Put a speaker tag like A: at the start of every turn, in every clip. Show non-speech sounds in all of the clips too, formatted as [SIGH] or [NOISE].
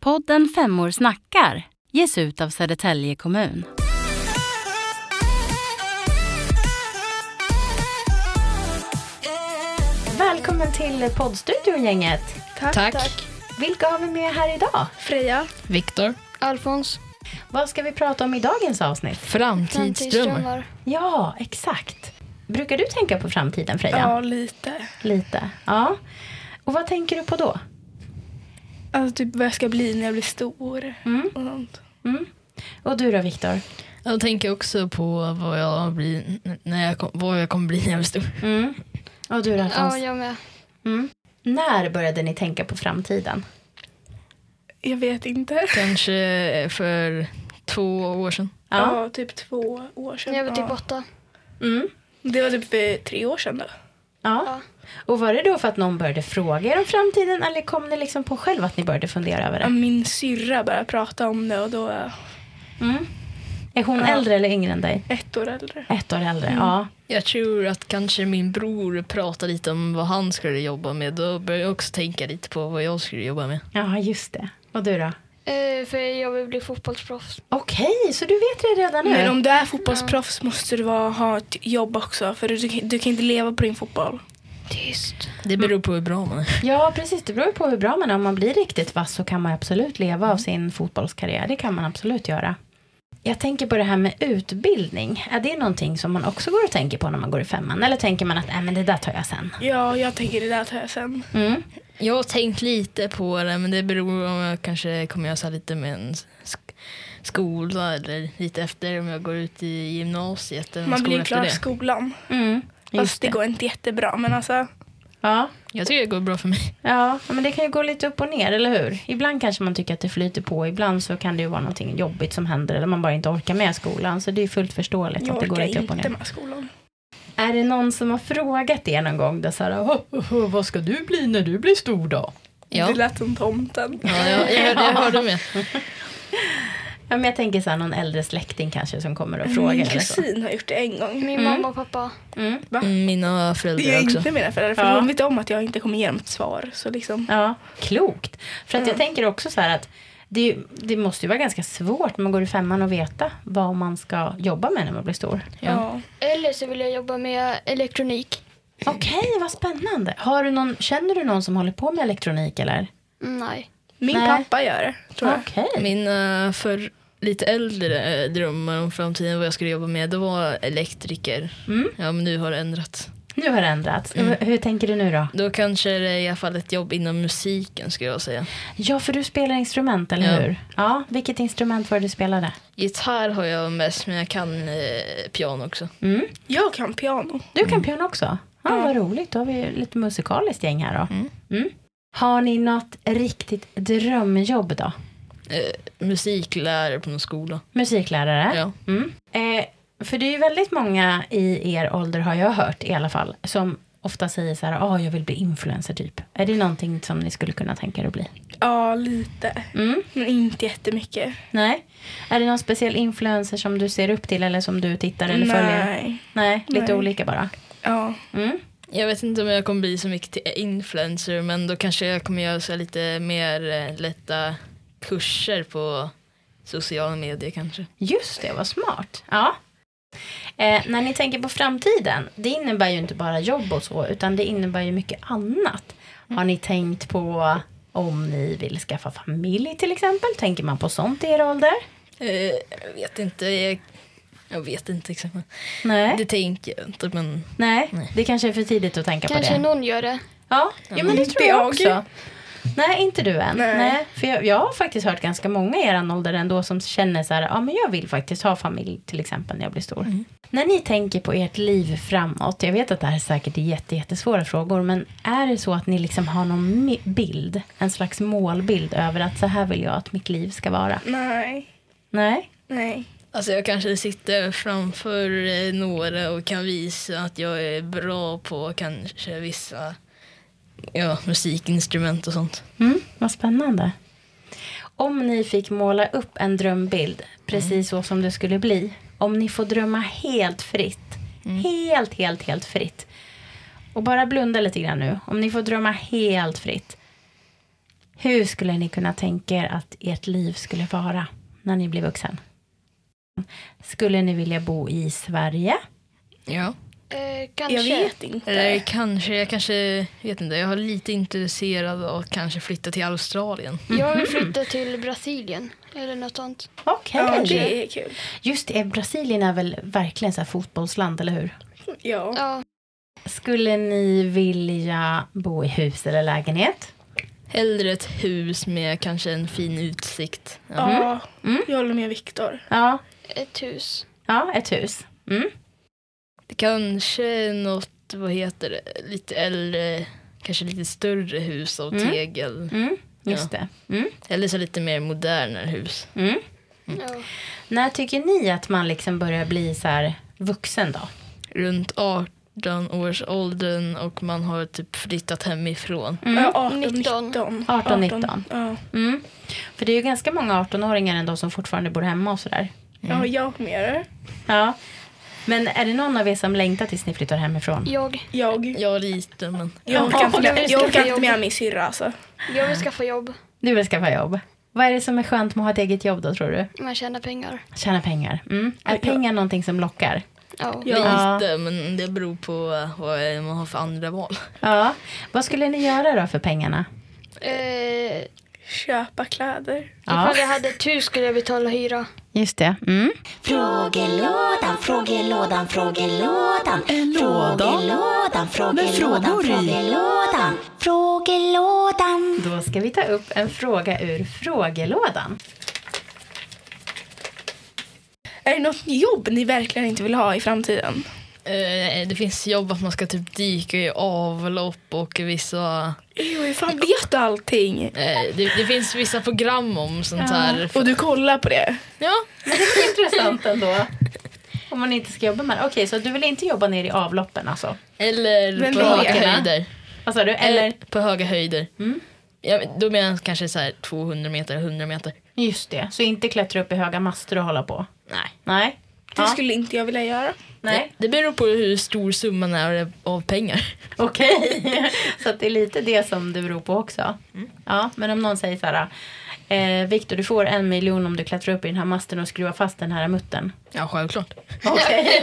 A: Podden Femmor snackar ges ut av Södertälje kommun.
B: Välkommen till poddstudion gänget.
C: Tack. Tack.
B: Vilka har vi med här idag?
C: Freja.
D: Viktor.
C: Alfons.
B: Vad ska vi prata om i dagens avsnitt?
D: Framtidsdrömmar.
B: Ja, exakt. Brukar du tänka på framtiden Freja?
C: Ja, lite.
B: Lite. Ja. Och vad tänker du på då?
C: Alltså typ vad jag ska bli när jag blir stor.
B: Mm.
C: Och sånt.
B: Mm. Och du då Viktor?
D: Jag tänker också på vad jag, blir, när jag, kom, vad jag kommer bli när jag blir stor.
B: Mm. Och du då Alfons?
E: Ja, jag med.
B: Mm. När började ni tänka på framtiden?
C: Jag vet inte.
D: Kanske för två år sedan.
C: Ja. typ två år sedan.
E: Jag var typ
C: Ja.
E: åtta.
B: Mm.
C: Det var typ eh, tre år sedan då.
B: Ja.
E: Ja.
B: Och var det då för att någon började fråga er om framtiden eller kom ni liksom på själv att ni började fundera över
C: Ja,
B: det?
C: Min syrra började prata om det och då var jag
B: Mm. Är hon
C: Ja. Mm.
B: äldre eller yngre än dig?
C: ett år äldre.
B: Ett år äldre, ja.
D: Jag tror att kanske min bror pratade lite om vad han skulle jobba med. Då började jag också tänka lite på vad jag skulle jobba med.
B: Ja, just det. Och du då?
E: Eh, för jag vill bli fotbollsproffs.
B: Okej, så du vet det redan nu?
C: Men om du är fotbollsproffs måste du vara, ha ett jobb också för du, du kan inte leva på din fotboll.
E: Tyst.
D: Det beror på hur bra man är.
B: Ja, precis. Det beror ju på hur bra man är. Om man blir riktigt vass så kan man absolut leva
C: Mm.
B: av sin fotbollskarriär. Det kan man absolut göra. Jag tänker på det här med utbildning. Är det någonting som man också går och tänker på när man går i femman? Eller tänker man att äh, men det där tar jag sen?
C: Ja, jag tänker det där tar jag sen.
B: Mm.
D: Jag har tänkt lite på det men det beror om jag kanske kommer göra så här lite med en sk- skola eller lite efter om jag går ut i gymnasiet. Eller en
C: Man blir
D: skola
C: ju
D: efter
C: klar
D: det.
C: skolan.
B: Mm.
C: Fast
B: Just
C: det
B: det.
C: går inte jättebra men alltså.
B: Ja.
D: Jag tycker det går bra för mig.
B: ja, men det kan ju gå lite upp och ner, eller hur? Ibland kanske man tycker att det flyter på. Ibland så kan det ju vara någonting jobbigt som händer eller man bara inte orkar med skolan. Så det är ju fullt förståeligt
C: Jag
B: att det går
C: orkar
B: lite upp och ner.
C: inte med skolan.
B: Är det någon som har frågat er någon gång? Då, så här, "Hå, hå, hå, vad ska du bli när du blir stor då?
D: Ja.
C: Det lät som tomten.
D: Ja, jag, jag, hörde, jag hörde med.
B: Ja, men jag tänker så här, någon äldre släkting kanske som kommer och frågar.
C: Min
B: eller så.
C: kusin har gjort det en gång.
E: Min
B: Mm.
E: mamma och pappa.
B: Mm.
D: Mm, Mina
C: Det gör
D: föräldrar också.
C: inte mina föräldrar för
B: Ja.
C: de vet om att jag inte kommer ge dem ett svar. Så liksom.
B: Ja, klokt. För att jag tänker också så här att det, är ju- det måste ju vara ganska svårt när man går i femman och veta vad man ska jobba med när man blir stor.
D: Ja.
C: Ja.
E: Eller så vill jag jobba med elektronik.
B: Okej, vad spännande. Har du någon, känner du någon som håller på med elektronik eller?
E: Mm, Nej.
C: Min
B: Nej.
C: pappa gör det tror jag.
B: Okej.
D: Mina för lite äldre eh, drömmar om framtiden, vad jag skulle jobba med, det var elektriker.
B: Mm.
D: Ja, men nu har det ändrats.
B: Nu har det ändrats. Hur, hur tänker du nu då?
D: Då kanske det är i alla fall ett jobb inom musiken skulle jag säga.
B: Ja, för du spelar instrument, eller
D: Ja.
B: hur? Ja, vilket instrument var det du spelade?
D: Gitarr har jag mest, men jag kan eh, piano också.
B: Mm.
C: Jag kan piano.
B: Du kan piano också? Mm. Ja, Vad roligt, då har vi ju lite musikaliskt gäng här då.
D: Mm.
B: Mm. Har ni något riktigt drömjobb då?
D: Eh, musiklärare på någon skola.
C: Äh?
B: Musiklärare?
D: Ja.
B: Mm. Eh, för det är ju väldigt många i er ålder, har jag hört i alla fall, som ofta säger så här, ah, jag vill bli influencer typ. Är det någonting som ni skulle kunna tänka er att bli?
C: Ja, lite.
B: Mm.
C: Men inte jättemycket.
B: Nej. Är det någon speciell influencer som du ser upp till eller som du tittar eller följer?
C: Nej.
B: Nej, lite
C: Nej.
B: olika bara.
C: Ja.
B: Mm.
D: Jag vet inte om jag kommer bli så mycket till influencer, men då kanske jag kommer göra så här lite mer eh, lätta kurser på sociala medier kanske.
B: Just det, vad smart. Ja. Eh, när ni tänker på framtiden, det innebär ju inte bara jobb och så, utan det innebär ju mycket annat. Har ni tänkt på om ni vill skaffa familj till exempel? Tänker man på sånt i er ålder?
D: Eh, jag vet inte. Jag, jag vet inte exakt.
B: Nej.
D: Det tänker jag inte, men
B: Nej,
D: Nej.
B: det kanske är för tidigt att tänka
E: Kanske
B: på det.
E: någon gör det.
B: Ja, jo, men det tror jag också. Nej, inte du än. Nej.
C: Nej.
B: för jag, jag har faktiskt hört ganska många i er ålder ändå som känner så här, ja men jag vill faktiskt ha familj till exempel när jag blir stor. När ni tänker på ert liv framåt, jag vet att det här är säkert jätte, jättesvåra frågor, men är det så att ni liksom har någon mi- bild, en slags målbild över att så här vill jag att mitt liv ska vara?
C: Nej.
B: Nej?
C: Nej.
D: alltså jag kanske sitter framför eh, några och kan visa att jag är bra på kanske vissa ja, musikinstrument och sånt.
B: Mm, vad spännande. Om ni fick måla upp en drömbild, precis så som det skulle bli. Om ni får drömma helt fritt.
C: Mm.
B: Helt, helt, helt fritt. Och bara blunda lite grann nu. Om ni får drömma helt fritt. Hur skulle ni kunna tänka er att ert liv skulle vara när ni blir vuxen? Skulle ni vilja bo i Sverige?
D: Ja.
E: Eh,
C: Jag
E: kanske.
C: vet inte.
D: Eller kanske, jag kanske, vet inte, jag har lite intresserad av att kanske flytta till Australien.
E: Jag
B: Mm.
E: vill flytta till Brasilien eller något sånt.
B: Mhm. Okej.
C: Ja, det är kul.
B: Just det, Brasilien är väl verkligen så här fotbollsland, eller hur?
C: Ja.
E: Ja,
B: Skulle ni vilja bo i hus eller lägenhet?
D: Hellre ett hus med kanske en fin utsikt. Ja.
C: ja.
B: Mm.
C: Jag håller med Viktor.
B: Ja,
E: ett hus.
B: ja ett hus. Mm.
D: Kanske något, vad heter det, lite äldre, kanske lite större hus av
B: Mm.
D: tegel.
B: Mm. Just det. Mm.
D: Eller så lite mer modernare hus.
B: Mm.
E: Ja.
B: När tycker ni att man liksom börjar bli så här vuxen då?
D: Runt 18 års åldern och man har typ flyttat hemifrån.
B: Mm.
C: Ja, 18,
E: 19.
C: 19.
B: 18, 19.
C: Ja.
B: Mm. För det är ju ganska många 18-åringar ändå som fortfarande bor hemma och sådär.
C: ja, jag med det.
B: Ja. Men är det någon av er som längtar tills ni flyttar hemifrån?
E: Jag.
C: Jag.
D: Jag lite men
C: Jag orkar inte med, jag orkar inte med
E: jobb.
C: min syrra alltså.
E: Jag vill skaffa jobb.
B: Du vill skaffa jobb. Vad är det som är skönt med att ha ett eget jobb då tror du?
E: Man tjänar pengar.
B: Tjäna pengar. Mm. Är
C: Ja.
B: pengar någonting som lockar?
E: Ja.
B: Ja.
D: lite men det beror på eh, vad man har för andra val.
B: Ja. Vad skulle ni göra då för pengarna?
E: Eh,
C: Köpa kläder.
B: Ja.
E: Ifall jag hade tur skulle jag betala hyra.
B: Just det. Mm.
F: Frågelådan, frågelådan, frågelådan. Frågelådan, frågelådan, frågelådan. Frågelådan.
B: Då ska vi ta upp en fråga ur frågelådan.
C: Är det något jobb ni verkligen inte vill ha i framtiden?
D: Eh, Det finns jobb att man ska typ dyka i avlopp och vissa...
C: Jo, hur fan vet du allting?
D: eh, Det, det finns vissa program om sånt här.
C: Och du kollar på det?
D: Ja,
B: Intressant ändå. Om man inte ska jobba med det. Okej, så du vill inte jobba ner i avloppen alltså?
D: eller
C: Men
D: på
C: vad
D: höga
B: heter det?
D: höjder.
B: Vad sa du?
D: Eh.
B: Eller?
D: På höga höjder.
B: Mm.
D: Ja, men då menar jag kanske så här 200 meter, 100 meter.
B: Just det, så inte klättra upp i höga master och hålla på.
D: Nej.
B: Nej.
C: Det
B: Ja.
C: skulle inte jag vilja göra.
B: Nej.
D: Det beror på hur stor summan är av pengar. [LAUGHS]
B: Okej, så att det är lite det som det beror på också. Ja, men om någon säger så här, eh, Viktor du får en miljon om du klättrar upp i den här masten och skruvar fast den här muttern.
D: Ja, självklart.
B: Okej,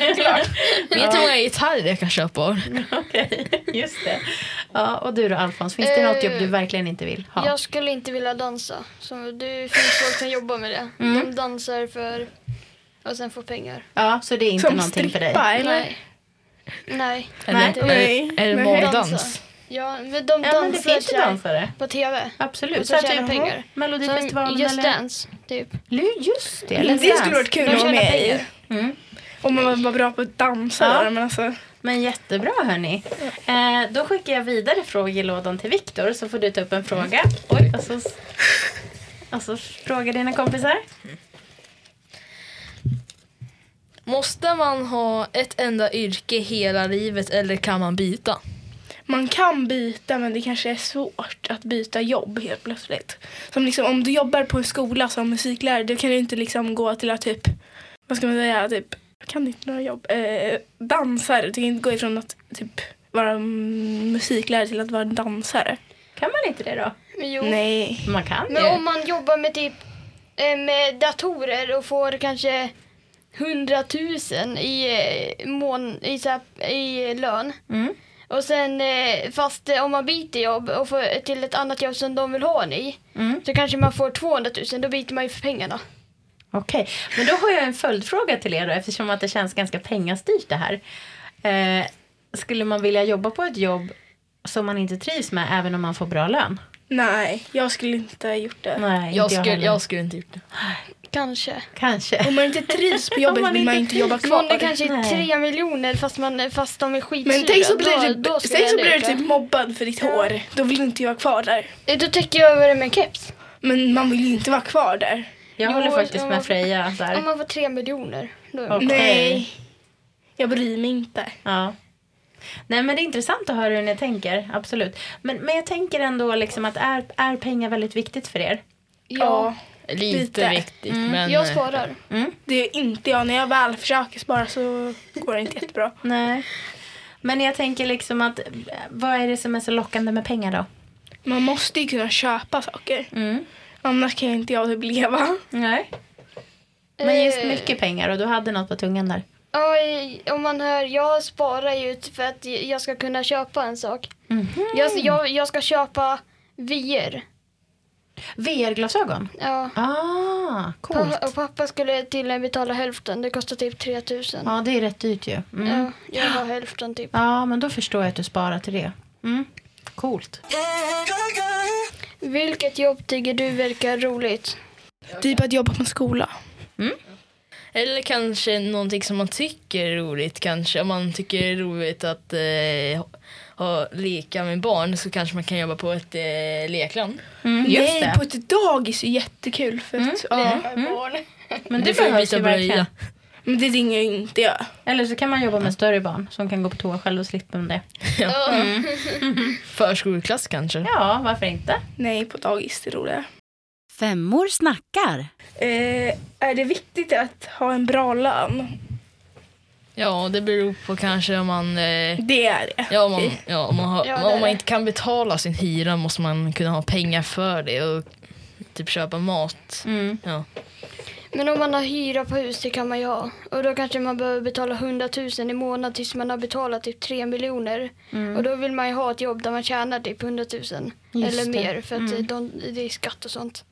D: Vet du hur många gitarrer jag kan köpa av?
E: [LAUGHS]
B: okej, just det. Ja, och du då Alfons, finns det
E: Eh,
B: något jobb du verkligen inte vill ha?
E: Jag skulle inte vilja dansa. Så det finns folk som jobbar med det. De dansar för och sen får pengar.
B: Ja, så det är inte
C: Som
B: någonting för dig?
C: strippa eller?
E: Nej. Nej.
B: Nej.
D: Eller,
C: Nej.
D: eller, eller
C: Nej.
D: magdans?
E: Ja, men de
B: Ja, men det
E: dansar
B: finns ju
E: så här
B: dansare.
E: på tv.
B: Absolut.
E: Och så tjänar pengar. Som
B: Melodifestivalen
E: Just
B: eller?
E: Dance, typ.
B: Lu- Just det, eller
C: Det skulle varit kul
E: De
C: att vara
E: tjänar
C: med i.
E: pengar.
B: Mm.
C: Om man var bra på att dansa.
B: Ja.
C: där, Men alltså,
B: Men jättebra hörni. Eh, då skickar jag vidare frågelådan till Viktor så får du ta upp en fråga. Oj, och så, och så fråga dina kompisar.
D: Måste man ha ett enda yrke hela livet eller kan man byta?
C: man kan byta men det kanske är svårt att byta jobb helt plötsligt. Som liksom, om du jobbar på en skola som musiklärare då kan du inte liksom gå till att typ, vad ska man säga, typ, jag kan inte några jobb, eh, dansare. Du kan inte gå ifrån att typ vara mm, musiklärare till att vara dansare.
B: Kan man inte det då?
E: Men jo.
C: Nej.
B: Man kan ju.
E: Men om man jobbar med typ eh, med datorer och får kanske 100 000 i, eh, mån, i, så här, i lön.
B: Mm.
E: Och sen eh, fast eh, om man byter jobb och får till ett annat jobb som de vill ha en i.
B: Mm.
E: Så kanske man får 200 000, då byter man ju för pengarna.
B: Okej, men då har jag en följdfråga till er då eftersom att det känns ganska pengastyrt det här. Eh, skulle man vilja jobba på ett jobb som man inte trivs med även om man får bra lön?
C: Nej, jag skulle inte ha gjort
E: Eh,
C: det.
B: Nej,
D: Jag
B: inte
D: skulle,
B: heller.
D: jag skulle inte gjort det.
E: Kanske.
B: Kanske.
C: Om man inte trivs på
B: Om
C: jobbet
B: man
C: vill man
B: inte
C: inte jobba kvar.
E: Någon är kanske
B: Nej.
E: tre miljoner fast, man, fast de är skitsura.
C: Men tänk så blir
E: Då-
C: du,
E: då skulle
C: tänk så
E: jag
C: blir du
E: leka.
C: typ mobbad för ditt hår. Då vill du inte vara kvar där.
E: Eh, Då täcker jag över det med en keps.
C: Men man vill ju inte vara kvar där.
B: Jag
E: Jo,
B: håller faktiskt
E: om
B: med
E: man-
B: Freja där.
E: Om man får tre miljoner. Då är
B: Okej.
C: Nej. Jag bryr mig inte.
B: Ja. Nej men det är intressant att höra hur ni tänker, absolut. Men, men jag tänker ändå liksom att är, är pengar väldigt viktigt för er?
E: Ja.
D: Lite,
C: Lite.
D: viktigt
B: Mm.
D: men...
E: Jag
D: eh,
E: sparar.
C: Det är inte jag. När jag väl försöker spara så går det inte jättebra.
B: Nej. Men jag tänker liksom att eh, vad är det som är så lockande med pengar då?
C: Man måste ju kunna köpa saker.
B: Mm.
C: Annars kan ju inte jag typ leva.
B: Nej. Men just
E: Eh,
B: mycket pengar och du hade något på tungan där.
E: Ja, i- om man hör, jag sparar ju för att jag ska kunna köpa en sak. Jag,
C: Mm.
E: jag, jag ska köpa VR.
B: VR-glasögon?
E: Ja.
B: Ah, coolt.
E: Pappa, och pappa skulle tydligen betala hälften, det kostar typ 3000.
B: Ja, det är rätt dyrt ju. Mm.
E: Ja, jag har hälften typ.
B: Ja, men då förstår jag att du sparar till det. Mm. Coolt.
E: Vilket jobb tycker du verkar roligt?
C: Typ att jobba på en skola.
D: Eller kanske någonting som man tycker är roligt kanske. Om man tycker det är roligt att eh, ha, leka med barn så kanske man kan jobba på ett eh, lekland.
B: Mm, just
C: Nej,
B: det.
C: på ett dagis är jättekul. För att, ja.
B: Men det
D: Du får ju
B: behövs
D: byta
B: ju verkligen.
D: blöja.
C: Men det ringer ju inte jag.
B: Eller så kan man jobba med större barn som kan gå på toa själv och slippa med det.
D: Förskoleklass kanske.
B: Ja, varför inte?
C: Nej, på dagis det är roligare.
A: Femmor snackar.
C: Eh, är det viktigt att ha en bra lön?
D: Ja, det beror på kanske om man... Eh,
C: Det är det.
D: ja, om man, ja, om man, har,
E: Ja, det är
D: om man
E: det.
D: inte kan betala sin hyra måste man kunna ha pengar för det och typ köpa mat.
B: Mm.
D: Ja.
E: Men om man har hyra på hus, det kan man ju ha. Och då kanske man behöver betala 100 000 i månaden tills man har betalat typ 3 miljoner.
B: Mm.
E: Och då vill man ju ha ett jobb där man tjänar typ 100 000 eller
B: det. Mm.
E: mer för att eh, de, det är skatt och sånt.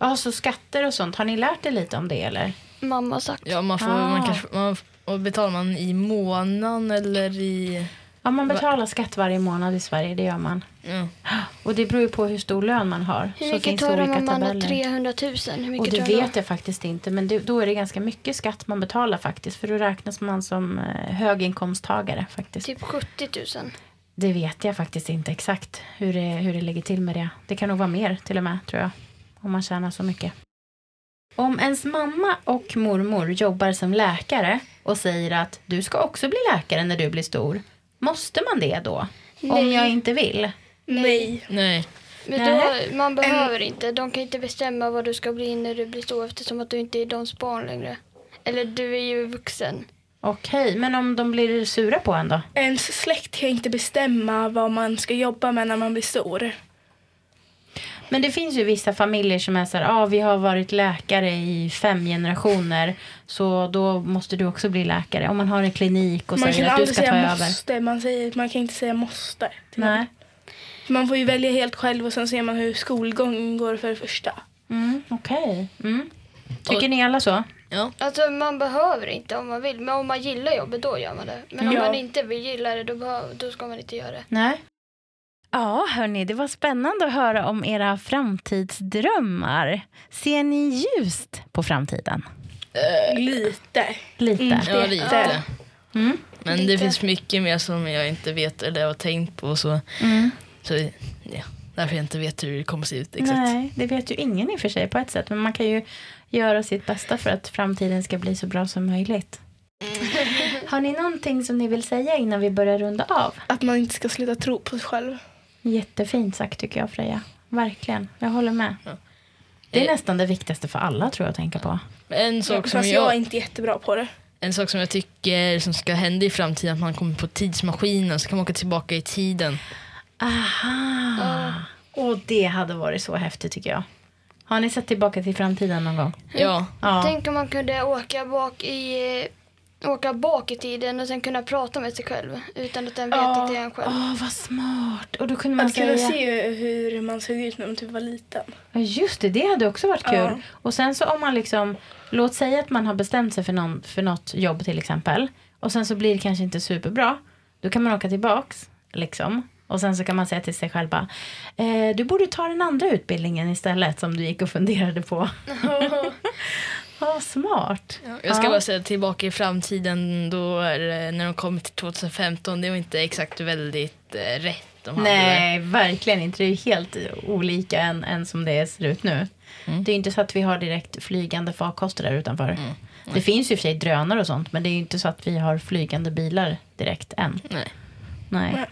B: Ja, så skatter och sånt. Har ni lärt er lite om det eller?
E: Mamma har sagt.
D: Ja, man får,
B: Ah.
D: man kanske, man, och betalar man i månaden eller i...
B: Ja, man betalar skatt varje månad i Sverige, det gör man.
D: Ja.
B: Och det beror ju på hur stor lön man har.
E: Hur
B: så
E: mycket
B: finns
E: tar
B: det
E: de
B: olika
E: om man har
B: tabeller.
E: 300 000? Hur mycket
B: Och det
E: tar de?
B: vet jag faktiskt inte, men det, då är det ganska mycket skatt man betalar faktiskt. För då räknas man som eh, höginkomsttagare faktiskt.
E: Typ 70 000.
B: Det vet jag faktiskt inte exakt hur det, hur det ligger till med det. Det kan nog vara mer till och med, tror jag. Om man tjänar så mycket. Om ens mamma och mormor jobbar som läkare och säger att du ska också bli läkare när du blir stor. Måste man det då? Om
E: Nej.
B: jag inte vill?
C: Nej.
D: Nej.
E: Men
B: Nej.
E: då, man behöver inte. De kan inte bestämma vad du ska bli när du blir stor eftersom att du inte är deras barn längre. Eller du är ju vuxen.
B: Okej, men om de blir sura på en då?
C: Ens släkt kan inte bestämma vad man ska jobba med när man blir stor.
B: Men det finns ju vissa familjer som är så här, ah, vi har varit läkare i fem generationer så då måste du också bli läkare. Om man har en klinik och
C: man kan
B: säger att du
C: aldrig
B: ska ta
C: säga
B: över.
C: måste. Man, säger, man kan inte säga måste.
B: Nej.
C: Man får ju välja helt själv och sen ser man hur skolgången går för det första.
B: Mm, Okej. Mm. Tycker ni alla så?
D: Ja.
E: Alltså man behöver inte om man vill. Men om man gillar jobbet då gör man det. Men om
C: Ja.
E: man inte vill gilla det då, behöver, då ska man inte göra det.
B: Nej. Ja, hörni, det var spännande att höra om era framtidsdrömmar. Ser ni ljust på framtiden?
C: Lite.
B: Lite.
D: Ja,
C: Ja.
D: lite.
B: Mm.
D: Men det finns mycket mer som jag inte vet eller har tänkt på. Så,
B: Mm.
D: så ja, därför jag inte vet hur det kommer se ut exakt.
B: Nej, det vet ju ingen i och för sig på ett sätt. Men man kan ju göra sitt bästa för att framtiden ska bli så bra som möjligt. Har ni någonting som ni vill säga innan vi börjar runda av?
C: Att man inte ska sluta tro på sig själv.
B: Jättefint sagt tycker jag Freja. Verkligen, jag håller med. Det är
D: Eh.
B: nästan det viktigaste för alla tror jag att tänka på.
D: Men En sak, som
C: Fast jag är
D: jag,
C: inte jättebra på det.
D: en sak som jag tycker som ska hända i framtiden är att man kommer på tidsmaskinen så kan man åka tillbaka i tiden.
C: Mm.
B: Aha! Och det hade varit så häftigt tycker jag. Har ni sett Tillbaka till framtiden någon gång?
D: Ja,
B: Ja.
E: Tänk om man kunde åka bak i eh, åka bak i tiden och sen kunna prata med sig själv utan att den vet
C: Ja.
E: att det är en själv.
B: Åh, vad smart! Och då kunde man
C: Att kunna
B: säga...
C: se hur man såg ut när man typ var liten.
B: Ja, just det, det hade också varit kul.
C: Ja.
B: Och sen så om man liksom, låt säga att man har bestämt sig för, någon, för något jobb till exempel. Och sen så blir det kanske inte superbra. Då kan man åka tillbaks, liksom. Och sen så kan man säga till sig själv bara, eh, du borde ta den andra utbildningen istället som du gick och funderade på. [LAUGHS] Ja, smart.
D: jag ska
B: Ja.
D: bara säga tillbaka i framtiden då är det- när de kom till 2015, det var inte exakt väldigt eh, rätt. De hade där.
B: Nej, verkligen inte. Det är ju helt olika än, än som det ser ut nu.
D: Mm.
B: Det är ju inte så att vi har direkt flygande farkoster där utanför. Det finns ju i och för sig drönare och sånt, men det är ju inte så att vi har flygande bilar direkt än.
D: Nej.
B: Nej.
C: Nej.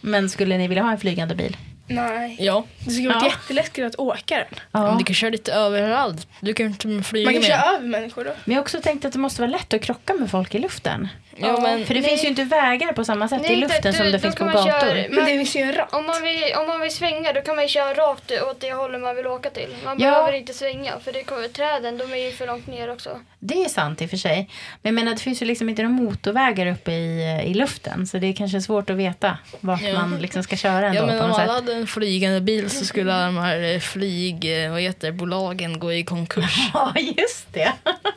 B: Men skulle ni vilja ha en flygande bil?
C: Nej.
D: Ja,
C: Det skulle varit
B: Ja.
C: jätteläskigt att åka den.
D: men
B: Ja.
D: du kan köra lite överallt. Du kan inte flyga
C: Man kan
D: med.
C: köra över människor då.
B: Men jag har också tänkt att det måste vara lätt att krocka med folk i luften.
D: Ja, men,
B: För det finns ju inte vägar på samma sätt
E: Nej,
B: i
E: inte att
B: luften
E: du-
B: som det
E: då
B: finns på
E: kan man
B: gator.
E: köra-
C: Men det finns ju en ratt.
E: Om man, vill, om man vill svänga då kan man ju köra rakt åt det hållet man vill åka till. Man
B: Ja.
E: behöver inte svänga för det kommer, träden de är ju för långt ner också.
B: Det är sant i och för sig. Men jag menar, det finns ju liksom inte några motorvägar uppe i, eh, i luften. Så det är kanske svårt att veta vart
D: Ja.
B: man liksom ska köra ändå
D: ja, men
B: på
D: om
B: något
D: alla
B: sätt.
D: hade en flygande bil så skulle alla de här eh, flyg, eh, vad heter det, bolagen gå i
B: [LAUGHS]
D: konkurs.
B: [LAUGHS] Ja, just det. [LAUGHS]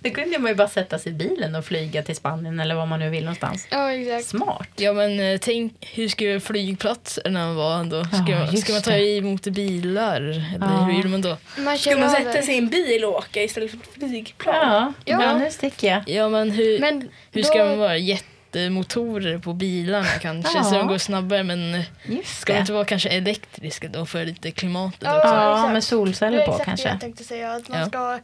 B: Då kunde man ju bara sätta sig i bilen och flyga till Spanien eller vad man nu vill någonstans.
E: Ja exakt.
B: Smart.
D: Ja men eh, tänk, hur skulle flygplatserna vara då? Ska,
B: Ja, just
D: ska man ta
B: det.
D: emot bilar? Eller
B: Ja.
D: hur gjorde man då?
E: Man kör
C: Ska man sätta
E: över.
C: sig i en bil och åka istället för ett flygplan?
B: Ja,
E: Ja.
B: men nu sticker jag.
D: Ja men hur,
E: Men
D: hur ska
E: då-
D: man vara? Jättemotorer på bilarna kanske
B: Ja.
D: så de går snabbare men eh,
B: Just
D: ska de
B: det.
D: inte vara kanske elektriska då för lite klimatet?
E: Ja.
D: också?
B: Ja,
E: exakt.
B: med
E: det
B: solceller
E: var
B: på
E: exakt det
B: kanske.
E: jag tänkte säga. Att man
D: Ja.
E: ska ha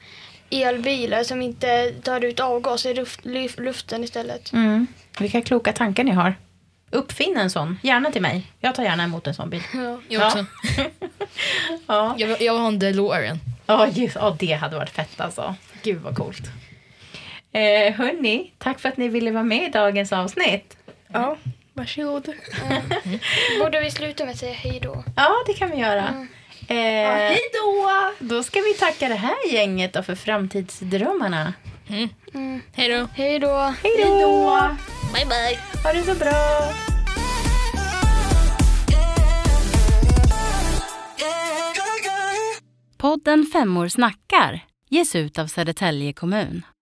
E: elbilar som inte tar ut avgas i luft, luf-
B: [LAUGHS]
E: luften istället.
B: Mm. Vilka kloka tankar ni har. Uppfinn en sån, gärna till mig. Jag tar gärna emot en sån
D: [LAUGHS]
B: bil.
E: Ja.
D: Jag, också.
B: Ja,
D: Jag, vill- jag vill ha en DeLorean.
B: Ja, just, ja, det hade varit fett alltså. Gud vad coolt. Eh, hörni, tack för att ni ville vara med i dagens avsnitt.
C: ja. Varsågod.
E: Borde vi sluta med att säga hej då?
B: Ja, det kan vi göra. Eh,
C: Hej då!
B: då ska vi tacka det här gänget då för framtidsdrömmarna.
D: Hej då!
E: Hej då!
B: Hej då!
D: Bye bye!
B: Ha det så bra!
A: Podden Femmor snackar ges ut av Södertälje kommun.